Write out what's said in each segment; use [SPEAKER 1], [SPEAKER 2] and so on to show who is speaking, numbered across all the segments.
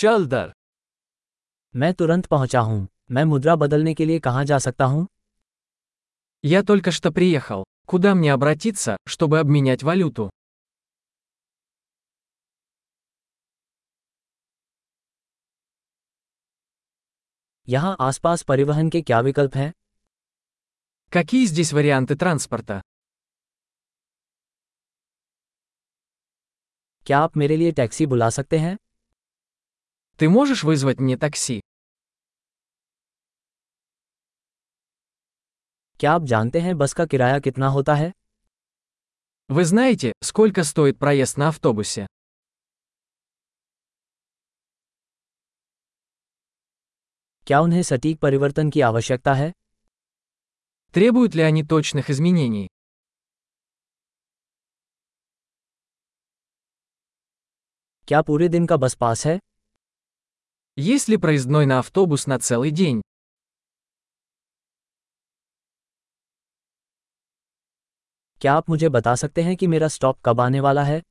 [SPEAKER 1] चल दर
[SPEAKER 2] मैं तुरंत पहुंचा हूँ मैं मुद्रा बदलने के लिए कहाँ जा सकता हूँ
[SPEAKER 1] Я только что приехал. Куда мне обратиться, чтобы обменять валюту?
[SPEAKER 2] यहाँ आसपास परिवहन के क्या विकल्प हैं
[SPEAKER 1] Какие здесь варианты транспорта?
[SPEAKER 2] क्या आप मेरे लिए टैक्सी बुला सकते हैं
[SPEAKER 1] Ты можешь вызвать мне такси?
[SPEAKER 2] क्या आप जानते हैं बस का किराया कितना होता है
[SPEAKER 1] Вы знаете, сколько стоит проезд на автобусе?
[SPEAKER 2] क्या उन्हें सटीक परिवर्तन की आवश्यकता है
[SPEAKER 1] Требуют ли они точных изменений?
[SPEAKER 2] क्या पूरे दिन का बस पास है
[SPEAKER 1] Есть ли проездной на автобус на целый день?
[SPEAKER 2] क्या आप मुझे बता सकते हैं कि मेरा स्टॉप कब आने वाला है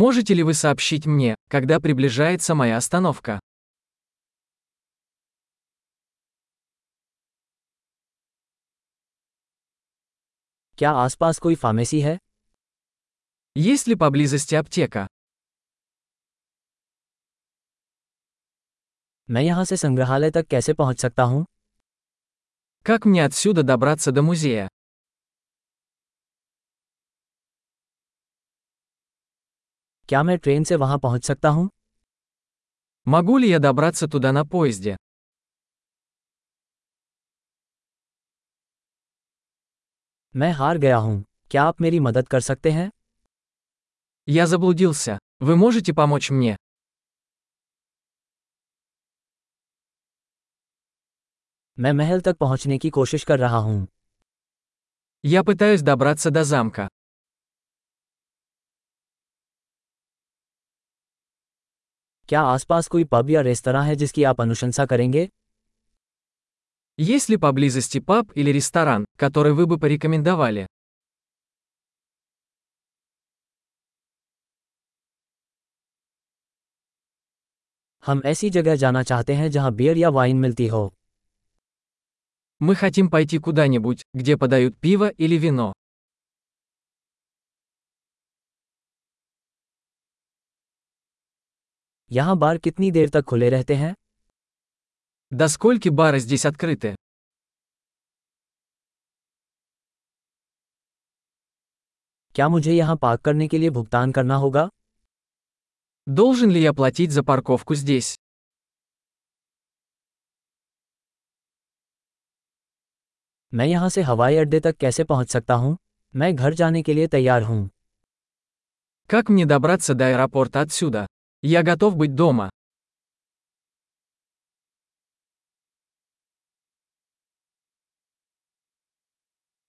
[SPEAKER 1] Можете ли вы сообщить мне, когда приближается моя остановка?
[SPEAKER 2] क्या आसपास कोई फार्मेसी है
[SPEAKER 1] Есть ли поблизости аптека?
[SPEAKER 2] मैं यहाँ से संग्रहालय तक कैसे पहुँच सकता हूँ
[SPEAKER 1] Как мне отсюда добраться до музея?
[SPEAKER 2] क्या मैं ट्रेन से वहाँ पहुँच सकता हूँ
[SPEAKER 1] Могу ли я добраться туда на поезде?
[SPEAKER 2] मैं हार गया हूँ क्या आप मेरी मदद कर सकते हैं
[SPEAKER 1] Я заблудился. Вы можете помочь мне?
[SPEAKER 2] मैं महल तक पहुँचने की कोशिश कर रहा हूँ
[SPEAKER 1] Я пытаюсь добраться до замка.
[SPEAKER 2] क्या आसपास कोई पब या रेस्तरा है जिसकी आप अनुशंसा करेंगे
[SPEAKER 1] Есть ли поблизости паб или ресторан, который вы бы порекомендовали?
[SPEAKER 2] हम ऐसी जगह जाना चाहते हैं जहाँ बियर या वाइन मिलती हो
[SPEAKER 1] Мы хотим пойти куда-нибудь, где подают пиво или вино.
[SPEAKER 2] यहाँ बार कितनी देर तक खुले रहते हैं
[SPEAKER 1] До скольки бары здесь открыты?
[SPEAKER 2] क्या मुझे यहाँ पार्क करने के लिए भुगतान करना होगा
[SPEAKER 1] Должен ли я платить за парковку здесь?
[SPEAKER 2] मैं यहाँ से हवाई अड्डे तक कैसे पहुँच सकता हूँ मैं घर जाने के लिए तैयार हूँ
[SPEAKER 1] Как мне добраться до аэропорта отсюда? Я готов быть дома.